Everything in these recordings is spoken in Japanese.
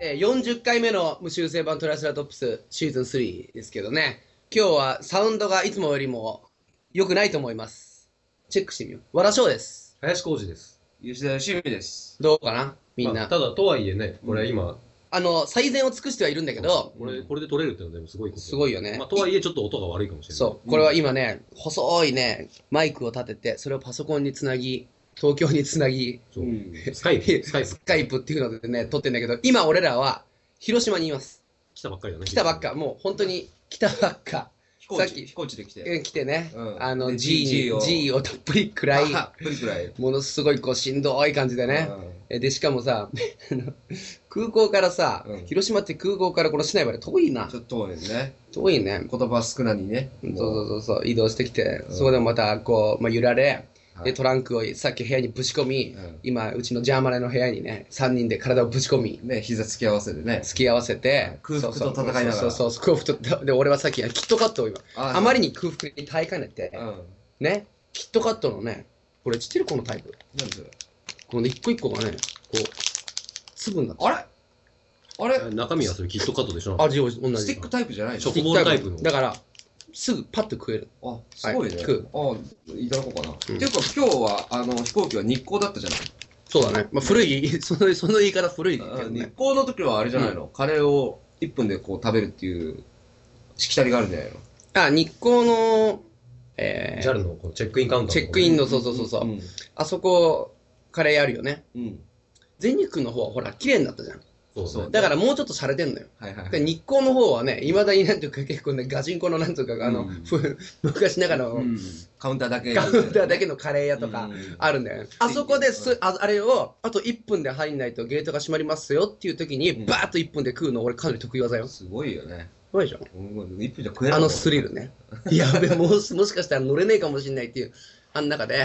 えー40回目の無修正版トライセラトップスシーズン3ですけどね、今日はサウンドがいつもよりも良くないと思います。チェックしてみよう。和田翔です。林浩二です。吉田義美です。どうかなみんまな。あただ、とはいえね、これ今、あの、最善を尽くしてはいるんだけど、これ、これで取れるってのはでもすごいこと。すごいよねまあ、とはいえ、ちょっと音が悪いかもしれない。そう、これは今ね、細いね、マイクを立てて、それをパソコンにつなぎ、東京につなぎ、そう。うんスカ イプ、スカイプス、カイプっていうのでね、撮ってんだけど、今俺らは広島にいます。来たばっかりだね。来たばっか、もう本当に来たばっか。飛行さっき機、飛行機で来て。え来てね、うんあので G に G を G をたっぷり食 らい、あプリくらい。ものすごいこうしんどい感じでね。うえで、しかもさ、 あの空港からさ、うん。広島って空港からこの市内まで遠いなんち。ょっと遠いですね。遠いね。言葉少なにね。そうそうそうそう、移動してきて、うんそこでもまたこう、まあ、揺られ、はいで、トランクをさっき部屋にぶち込み、うん今、うちのジャーマネの部屋にね、3人で体をぶち込み、ね、膝つき合わせでね。付き合わせて、空腹と戦いながらそうそうそうそう空腹と、で、俺はさっき、キットカットを今、ああまりに空腹に耐えかねて、うん。ね、キットカットのね、これ知ってるこのタイプ。何それ。この一個一個がね、こう、粒になってるあれあえ中身はそれキットカットでしょ。味同じ。れスティックタイプじゃないチョのコボールタイプのだから、すぐパッと食える。あ、すごいはねい聞。あ、いただこうかな。ってうんいうか、今日は、あの、飛行機は日光だったじゃないそうだね。まあ、古い、 その、その言い方古いけあど日ね。光の時はあれじゃないのカレーを1分でこう食べるっていう、しきたりがあるんじゃないのあ、日光の、えー JAL のこうチェックインカウンターチェッのとこクインの、そうそうそうそう、うん。あそこ、カレーあるよね。うん。全日空の方はほら、綺麗になったじゃん。そうそねうだからもうちょっと洒落てんのよ。はいはいはでい。日光の方はね、いまだになんというか結構ね、ガチンコのなんというか、あの、うんふ 昔ながらの、うんカウンターだけ。カウンターだけのカレー屋とかうんあるんだよね。あそこです、ああれを、あと1分で入んないとゲートが閉まりますよっていう時に、うんバーッと1分で食うの、俺かなり得意技よ。すすごいよね。ごいでしょうん一分じゃ食えないあもんのスリルね。 やべ、もうもしかしたら乗れねえかもしれないっていう、あん中で、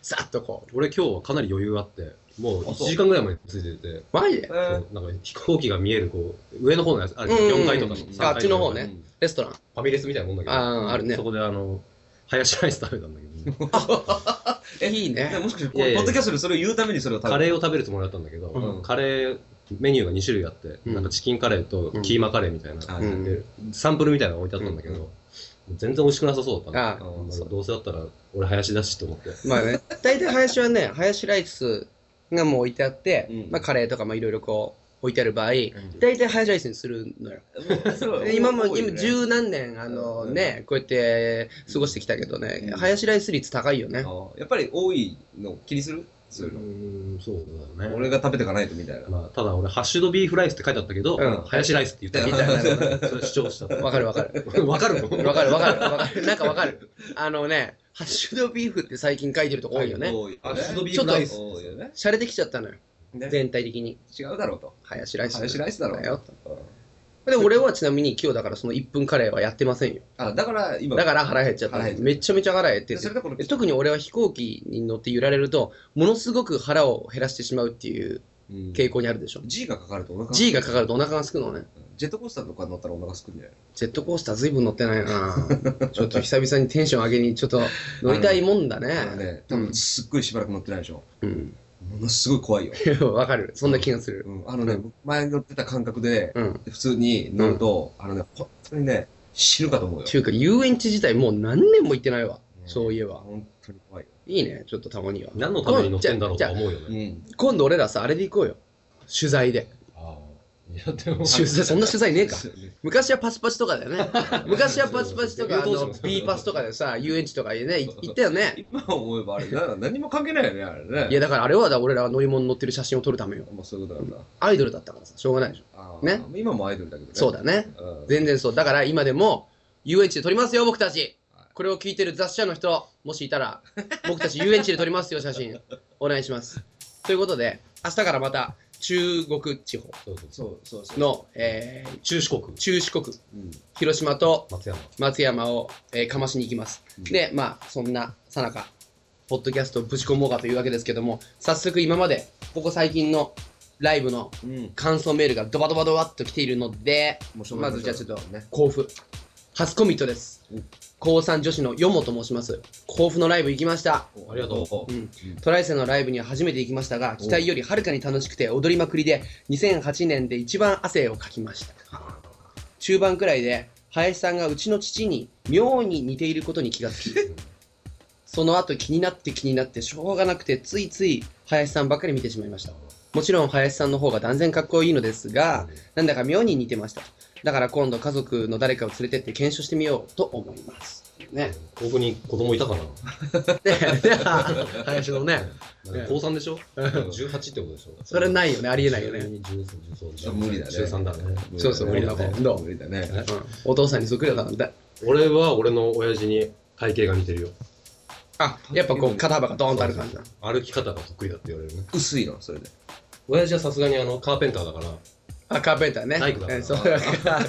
さっとこ俺今日はかなり余裕あって、もうあそ1う時間ぐらいまでついてて、う、マジでえそうーなんか飛行機が見える、こう、上の方のやつ、あれ、うんうんうん4階とかのうん3階あっちの方ねレストラン。ファミレスみたいなもんだけど、あーあるねそこであの、林ライス食べたんだけど、えいいねもしかして、こいやいれやポッドキャストでそれを言うためにそれを食べカるレーを食べるつもりだったんだけど、うんカレーメニューが2種類あって、うんなんかチキンカレーとキーマカレーみたいな、うんでサンプルみたいなのが置いてあったんだけど、うんもう全然美味しくなさそうだったのああまあそうどうせだったら俺林だしと思ってまあね、大体林はね、林ライスがもう置いてあって、うんまあカレーとかまあいろいろこう置いてある場合、大体林ライスにするのよ。そう今も、多いよ今ね十何年、あのね、こうやって過ごしてきたけどね、うん林ライス率高いよね。あやっぱり多いの気にするそういううーんそうだの。ね俺が食べてかないとみたいな。まあ、ただ俺ハッシュドビーフライスって書いてあったけど、うん林ライスって言ったみたいな それ主張したわかるわかる。わかるのわかるわかるわかる。なんかわかる。あのね、ハッシュドビーフって最近書いてるとこ多いよね。多いよね。ハッシュドビーフライス多いよね。洒落てきちゃったのよ、ね全体的に。違うだろうと。林ライス。林ライスだろだよ。うんで、俺はちなみに今日だからその1分カレーはやってませんよ。あ、だから今。だから腹減っちゃった腹減っちゃっためちゃめちゃ腹減ってでてそれでこので特に俺は飛行機に乗って揺られるとものすごく腹を減らしてしまうっていううん傾向にあるでしょ、 G がかかるとお腹が G がかかるとお腹がすくのねうんジェットコースターとか乗ったらお腹すくんじゃないジェットコースターずいぶん乗ってないな ちょっと久々にテンション上げにちょっと乗りたいもんだねだからね、多分すっごいしばらく乗ってないでしょ。うん ものすごい怖いよ。うん、わかるそんな気がするうん、あのね、う前乗ってた感覚で、うん普通に乗ると、あのね、本当にね、死ぬかと思うよち。ゅうか遊園地自体もう何年も行ってないわ、うんそういえば本当に怖いよ。いいねちょっとたまには何のために乗ってんだろうじゃとあは思うよねん。 今度俺らさあれで行こうよ取材 でああいやでも取材そんな取材ねえかそうね昔はパスパチとかだよね。 昔はパスパチとか、あ誘導の者、 B パスとかでさ、遊園地とかでね、い行ったよね。今思えばあれ、な何も関係ないよね、あれね。いや、だからあれはだ俺らが乗り物乗ってる写真を撮るためよ。もうそういうことなんだ。アイドルだったからさ、しょうがないでしょ。あーね。今もアイドルだけどね。そうだね。うん。全然そう。だから今でも、遊園地で撮りますよ、僕たちはい。これを聞いてる雑誌社の人、もしいたら、僕たち遊園地で撮りますよ、写真。お願いします。ということで、明日からまた、中国地方そうそうそうそうそうそう。の、えー中四国中四国、うん。広島と松山松山を、えーかましに行きます。うんで、まあ、そんなさなか、ポッドキャストをぶち込もうかというわけですけども、早速今まで、ここ最近のライブのうん。感想メールがドバドバドバっと来ているので、もうしょうがまないずじゃあちょっとね。甲府。初コミットですうん。高3女子のよもと申します。甲府のライブ行きました。ありがとうん、トライセのライブには初めて行きましたが期待よりはるかに楽しくて踊りまくりで2008年で一番汗をかきました中盤くらいで林さんがうちの父に妙に似ていることに気がつ きその後気になって気になってしょうがなくてついつい林さんばっかり見てしまいましたもちろん林さんの方が断然かっこいいのですがなんだか妙に似てましただから今度家族の誰かを連れてって検証してみようと思います ねここに子供いたかなでで 林のねなんか高三でしょ ?18 ってことでしょそれないよねありえないよね12 13 13無理だね13だね。そうそう無理女だの子ね。どう無理だね。お父さんにそっくりだったんだ。俺は俺の親父に体型が似てるよ。あ、やっぱこう肩幅がドーンとある感じだ。歩き方が得意だって言われるね。薄いの、それで。親父はさすがにあのカーペンターだから、あ、カーペンターね。大工だからうんそう だからあ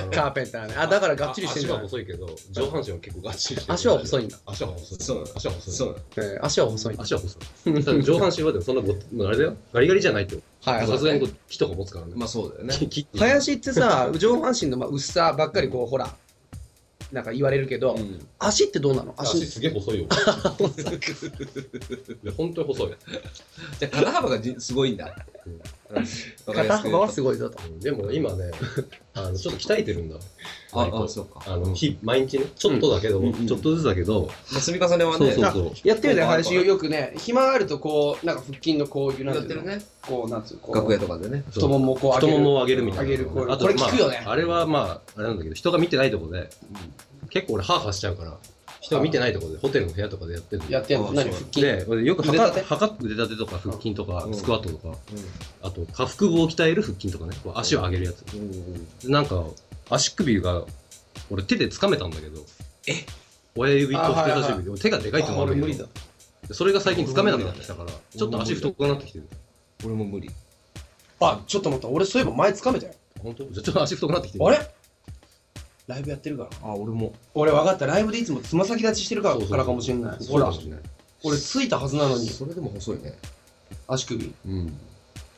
のカーペンターね。あ、だから がっちりしてるん足だは。細いけど、上半身は結構がっちりしてる。足は細いんだ。足は細い。そう足は細い。そうなの。うん足は細いんだ。足は細い。ただ上半身はでもそんなご、もうあれだよ。ガリガリじゃないって。はい。さすがにこう木とか持つからね。まあそうだよね。 木って林ってさ、上半身のまあ薄さばっかりこう、ほら、なんか言われるけど、うん足ってどうなの足足。すげえ細 いよ。いや本当に細い。じゃあ肩幅がじすごいんだ。うんわか肩りやすく幅はすごいぞと。でも今ね、 あのちょっと鍛えてるんだ。あ割とあ、そうか。あの日毎日ね、ちょっとだけど、うんうんちょっとずつだけど、まあ積み重ねはそうね、そうそう。やってるね、そう林。よくね、暇があるとこう、なんか腹筋のこういう、なんやっいててうるの、ね。こう、なんつうのこう、楽屋とかでね。太ももをこう上げ太る。ももを上げるみたいな。上げるこうあとこれ効くよねまあ、あれはまあ、あれなんだけど、人が見てないとこで、結構俺、ハーハーしちゃうから、人が見てないとこで、ホテルの部屋とかでやってるのやってんのあ何そう腹筋。で、俺よく腕立測て測って腕立てとか腹筋とかう、んスクワットとか、うんあと、下腹部を鍛える腹筋とかね、こう足を上げるやつ。うんうんでなんか、足首が、俺手で掴めたんだけど、親指と人差し指で、手がでかいってのあもある俺けど無理だ。それが最近つかめなくなってきたから、ちょっと足太くなってきてる。俺も無理。あ、ちょっと待った。俺そういえば前掴めたよ。本当じゃあちょっと足太くなってきてる。あれライブやってるから。あ、俺も。俺分かった。ライブでいつもつま先立ちしてるからからかもしれない。そほうらかも、しれない。俺ついたはずなのに、それでも細いね。足首。うん。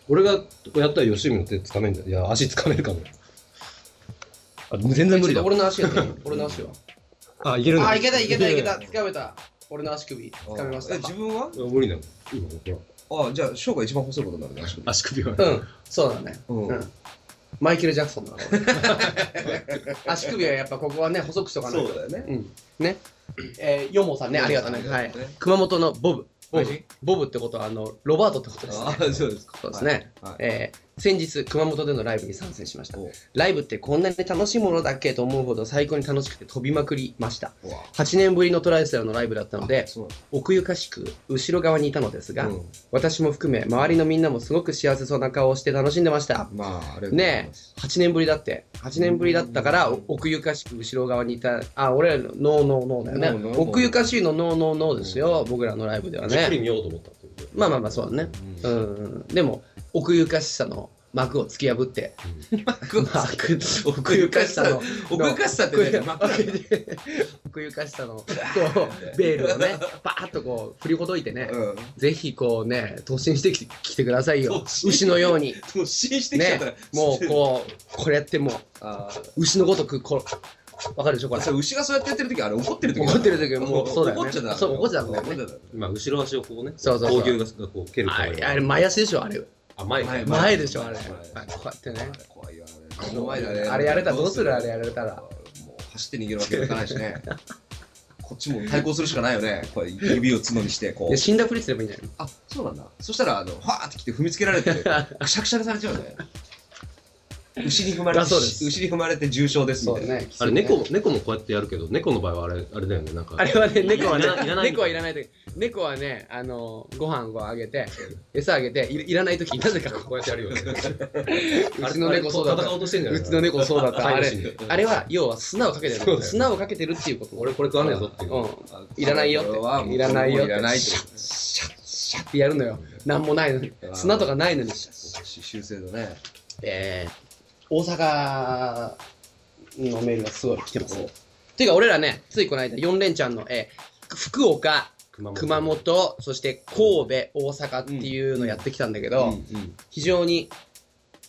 俺がやったら吉見の手つかめんじゃん。いや、足つかめるかも。あ、全然無理ちょっだと。俺の足やってみよう俺の足は。あ、いけるんだ。あ、いけたいけたいけた。掴めた。俺の足首、掴めましあたえ。自分はあ無理だもん。今、ほあじゃあ、翔が一番細いことになるね、足首ら。足首はね。うん、そうだね。うんうん。マイケル・ジャクソンだな。俺 足首はやっぱここはね、細くしとかないと。だよね。うん。ね。えー、ヨモさんね、ありがとうね。はいね。熊本のボブ。ボはブいボブってことは、あの、ロバートってことですねあ。あ、そうですか。そうですね、はい。はいえー先日熊本でのライブに参戦しましたおうライブってこんなに楽しいものだっけと思うほど最高に楽しくて飛びまくりましたうわ8年ぶりのトライセルのライブだったのであそう奥ゆかしく後ろ側にいたのですなが、んだうん私も含め周りのみんなもすごく幸せそうな顔をして楽しんでましたまあ、あれねえ8年ぶりだって8年ぶりだったからうん奥ゆかしく後ろ側にいたあ俺らのノーノーノーだよねノーノーノー奥ゆかしいのノーノーノーですよ、僕らのライブではじっくりね見ようと思ったってことまあまあまあそうだねううんんうん、でも奥ゆかしさの幕を突き破って 幕奥ゆかしさの奥ゆかしさってね幕なんだ奥ゆかしさのこうベールをねバーッとこう振りほどいてね、うん。ぜひこうね突進してきてきてくださいよ突進牛のように突進してきちゃねったら、も うこうこれやってもあう牛のごとくこうわかるでしょこあ、れそれ牛がそうやってやってる時あれ怒ってる時怒ってる時はもうそうだよね怒っちゃダメそう怒っちゃダメだよね怒っちゃダメまあ、後ろ足をこうね、そうそうそう闘牛がこう蹴るあれあから。れ前足でしょあれあ、前か前前でしょあれ前こうやってね怖いよあれ目の前だねあれやれたらどうするあれやられたらもう走って逃げるわけにはいかないしねこっちも対抗するしかないよねこう指を角にしてこいうや死んだふりすればいいんじゃないあそうなんだそしたらあのファーって来て踏みつけられてくしゃくしゃにされちゃうね牛に踏まれだてそうです牛に踏まれて重傷ですみたいなねあれ猫、猫もこうやってやるけど、猫の場合はあれ、あれだよね、なんか。あれはね、猫はいらないいね、らない猫はいらないとき、猫はね、あのご飯をあげて、餌あげて、いいらないとき、なぜかこうやってや るよね。うちの猫そうだった戦おうとしてんじゃなういちの猫そうだった。あ飼い主れに、あれは、要は砂をかけてそうだよる。ね砂をかけてるっていうこと。俺これ食わねえぞっていう。うあいらないよってこれはもういらないよっていらないってん。シャッシャッってやるのよ。なんもないのに。砂とかないのに。シャッ修正だねえー、大阪のメールがすごい来てます。っていうか、俺らね、ついこの間、4連チャンの、えー福岡、熊熊本そして神戸大阪っていうのやってきたんだけど、うんうん非常に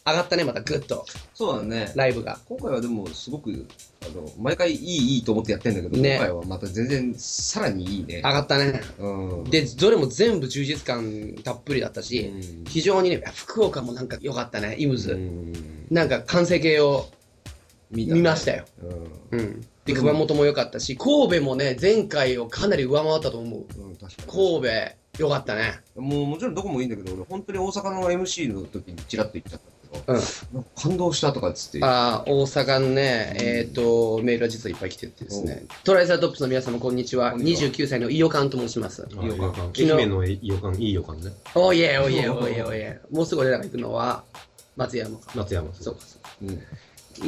上がったね、またグッと、そうだね。ライブが。今回はでも、すごく、あの、毎回いい、いいと思ってやってんだけど、ね今回はまた全然、さらにいいね上。がったね。うん。で、どれも全部充実感たっぷりだったし、うん非常にね、福岡もなんか良かったね、イムズ。うんなんか完成形を見見ましたよ。たね。うん。うん。で、うん熊本も良かったし、神戸もね、前回をかなり上回ったと思う。うん、確かに。神戸、良かったね。もうもちろんどこもいいんだけど、俺、本当に大阪の MC の時にちらっと言っちゃったんだけど、なんか感動したとかっつって、あー大阪のね、えっ、と、メールは実はいっぱい来ててですね。トライサートップスの皆様、こんにちは。こんにちは29歳の伊予館と申します。あ予感昨日愛媛の予感いい予感ねおいえおいえおいえおいえ。もうすぐ俺らが行くのは、松山か。夏山そうかそうか。うん、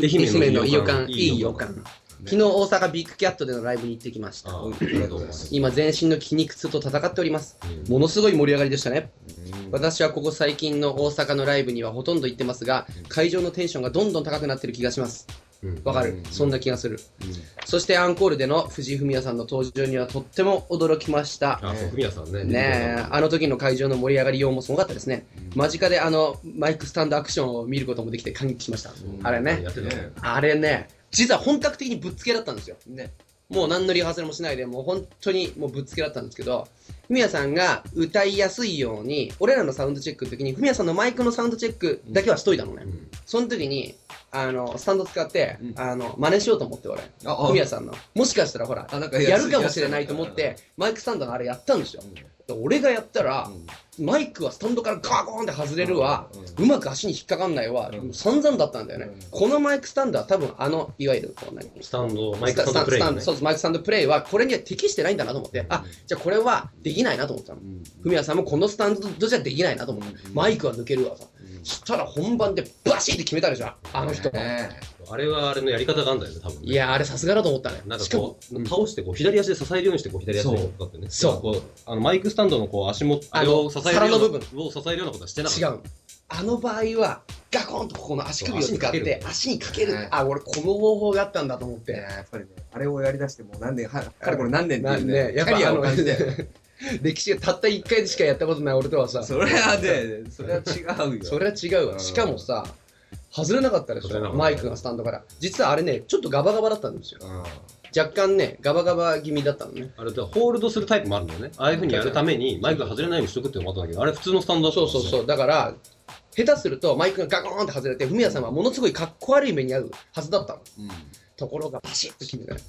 愛愛媛媛のの伊伊予予館館、いい予いい感。昨日大阪ビッグキャットでのライブに行ってきました。あーありがとうございます今全身の筋肉痛と戦っております。うんものすごい盛り上がりでしたね。うん私はここ最近の大阪のライブにはほとんど行ってますが、会場のテンションがどんどん高くなってる気がします。うんわかうるんそんな気がする。そしてアンコールでの藤井フミヤさんの登場にはとっても驚きました。あそうフミヤさんねねえ、あの時の会場の盛り上がりようもすごかったですね。間近であのマイクスタンドアクションを見ることもできて感激しました。うんあれねやってたねあれね、実は本格的にぶっつけだったんですよ。ね、もう何のリハーサルもしないで、もう本当にもうぶっつけだったんですけど、フミヤさんが歌いやすいように、俺らのサウンドチェックの時に、フミヤさんのマイクのサウンドチェックだけはしといたのね。うんその時に、あの、スタンド使って、うんあの、真似しようと思って、俺。あフミヤさんの。もしかしたらほら、あなんかやるかもしれないと思って、、マイクスタンドのあれやったんですよ。で俺がやったら、マイクはスタンドからガーゴーンって外れるわ、ううまく足に引っかかんないわ、うん散々だったんだよね、うんこのマイクスタンドは多分あのいわゆるこう何スタンドマイスクタススタタンンドプレイスタねンドそうですマイクスタンドプレイはこれには適してないんだなと思って、あじゃあこれはできないなと思ったのんフミヤさんもこのスタンドじゃできないなと思って、うんマイクは抜けるわさうしたら本番でバシッて決めたでしょあの人、ねあれはあれのやり方があるんだよね多分ねいやあれさすがだと思ったねなんしかかもこう、倒してこう左足で支えるようにしてこう左足でこうってねそうこうあのマイクスタンドのこう足元あのあれを支える皿のよう部な分を支えるようなことはしてなかっ違たうあの場合はガコンとここの足首を使っそう足にかけてる足にかけるねあ俺この方法があったんだと思っいてややっぱりね、あれをやりだしてもう何年、はかれこれ何年ってないんうで、ね、やっぱキャリあアのを感じて、 歴史がたった1回しかやったことない俺とはさ、そそれは ね、それは違うよ。れは違うわ。しかもさ、外れなかったでし外れなかょ、ったマイクがスタンドから。実はあれね、ちょっとガバガバだったんですよ。若干ね、ガバガバ気味だったのね。あれだホールドするタイプもあるんだよねああいうふうにやるためにマイクが外れないようにしとくっていうのもあったんだけどあれ普通のスタンドだったそうそうそう。だから、下手するとマイクがガコーンって外れて、フミヤさんはものすごいかっこ悪い目に遭うはずだったの。うんところが、バシッと決めたね。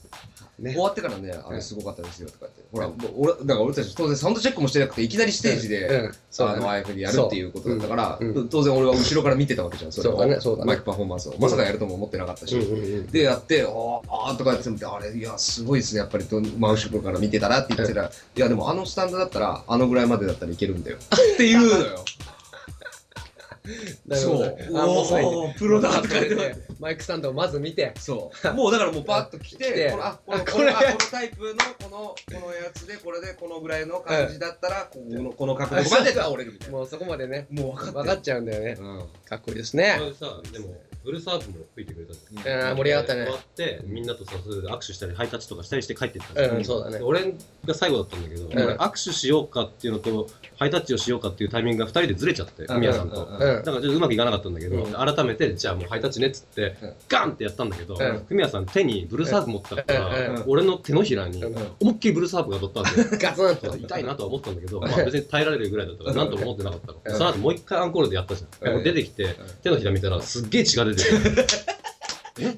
ね終わってからね、あれすごかったですよとかって、ほら、もう俺だから俺たち当然サウンドチェックもしてなくて、いきなりステージで、うん、そうあだのね。ああいうふうにやるっていうことだったから、そううんう当然俺は後ろから見てたわけじゃん、それをそうだねそうだねマイクパフォーマンスを。まさかやるとも思ってなかったし。うんうんうんで、やって、あーあーとかやってて、あれ、いや、すごいですね、やっぱりど、真後ろから見てたらって言ってたら、いや、でもあのスタンドだったら、あのぐらいまでだったらいけるんだよ。っていうのよ。なるほそどう。あもうそうやっておープロだとか言ってでマイクスタンドをまず見て、そう。もうだからもうパッと来来てて、このあこあのここれのあこのタイプのこのこのやつで、これでこのぐらいの感じだったら、このこの角度まで倒れるみたい な。もうそこまでね、もう分分かっちゃうんだよね。うん。かっこいいですねあ。れさでもフルサーブも吹いてくれたんだよあー盛り上がったね終わってみんなとさそれで握手したりハイタッチとかしたりして帰ってったじゃんうん、そうだね。俺が最後だったんだけど、ん俺握手しようかっていうのとハイタッチをしようかっていうタイミングが2人でずれちゃってうん宮さんと、うんうんうだん。からちょっとうまくいかなかったんだけど、うん改めてじゃあもうハイタッチねっつって、うんガンってやったんだけど、うんフミヤさん手にブルーサーブ持ってたから、うんうん俺の手のひらにうん思いっきりブルーサーブが当たったんでガツンと。痛いなとは思ったんだけど、まあ、別に耐えられるぐらいだったからなんとも思ってなかったの、うんその後もう一回アンコールでやったじゃん、うんもう出てきて、手のひら見たらすっげえ血が出てるえ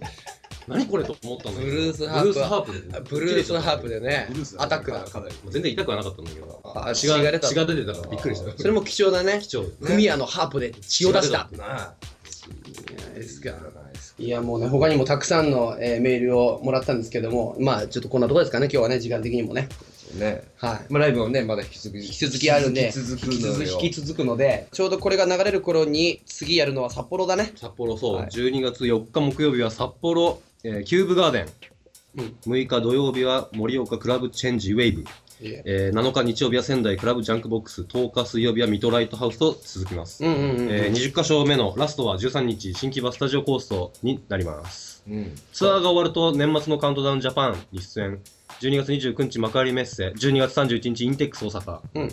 何これと思ったんだけどブルースハープはブルースハープブルースハープででねブルース、アタックだ。かなり。もう全然痛くはなかったんだけど、あ血血がが出た血。が出てたからびっくりした。それも貴重だね。貴重。フミヤのハープで血を出した。ないやですあかないですいやもうね、他にもたくさんの、えーメールをもらったんですけども、まあちょっとこんなところですかね、今日はね、時間的にもね。よね。はい。まあ、ライブはね、まだ引き続き、引引き続きあるんで、引き続く引きの続よ。き引き続くので、ちょうどこれが流れる頃に、次やるのは札幌だね。札幌そう、はい12月4日木曜日は札幌、えーキューブガーデン、うん6日土曜日は盛岡クラブチェンジウェイブ、いええー7日日曜日は仙台クラブジャンクボックス、10日水曜日は水戸ライトハウスと続きます。うんうんうんうん。えー20箇所目のラストは13日、新木場スタジオコーストになります。うん。ツアーが終わると年末のカウントダウンジャパンに出演、12月29日幕張メッセ、12月31日インテックス大阪うん。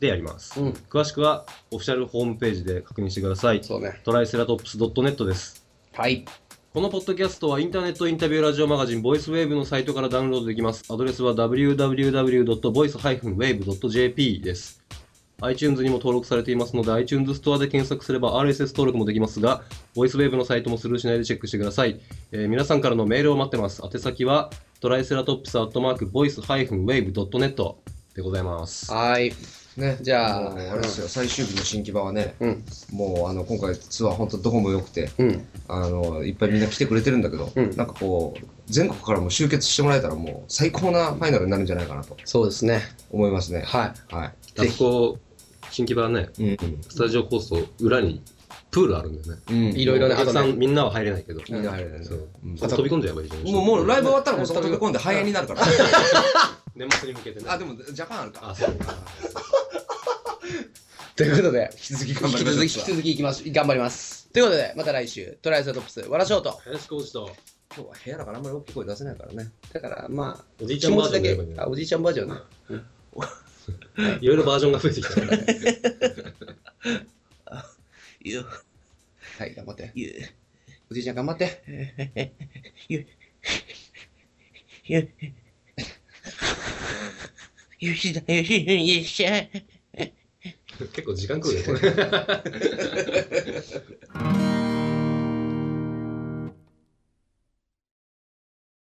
でやります。うん。詳しくはオフィシャルホームページで確認してください。そうね。トライセラトップス .net です。はい。このポッドキャストはインターネットインタビューラジオマガジンボイスウェーブのサイトからダウンロードできます。アドレスは www.voice-wave.jp です。iTunes にも登録されていますので iTunes ストアで検索すれば RSS 登録もできますが、ボイスウェーブのサイトもスルーしないでチェックしてください。えー皆さんからのメールを待ってます。宛先はトライセラトップスアットマーク voice-wave.net でございます。はい。ね。じゃあもうあれですよ、最終日の新木場はね、うん。もうあの、今回ツアー本当どこも良くて、うん。あの、いっぱいみんな来てくれてるんだけど、うんなんかこう、全国からも集結してもらえたらもう最高なファイナルになるんじゃないかなとそうですね。思いますね。はあはそこ、新規場ね、い。うん。スタジオコースト裏にプールあるんだよね。うん。いろいろねお客さあとんみんなは入れないけど。みんな入れないねそううん飛び込んじゃえばいいじゃん。もう、もうライブ終わったらもうそこ飛び込んで肺炎になるから。年末に向けてね。あ、でも、ジャパンあるか。あ、そうい。か。ということで、引き続き頑引き張りましょ続き、う。引き続きいきます。頑張ります。ということで、また来週、トライアスロトップス、わらしょうと。 林浩二と今日は部屋だからあんまり大きい声出せないからね。だから、まあ、おじいち気ゃん持バーちだジョンでけやればいいん、だあ、よおじいちゃんバージョンね。いろいろバージョンが増えてきたね。 ゆはい、頑張って。ゆおじいちゃん頑張って。ゆゆゆしだ、ゆし、ゆし。結構時間食うね、これ。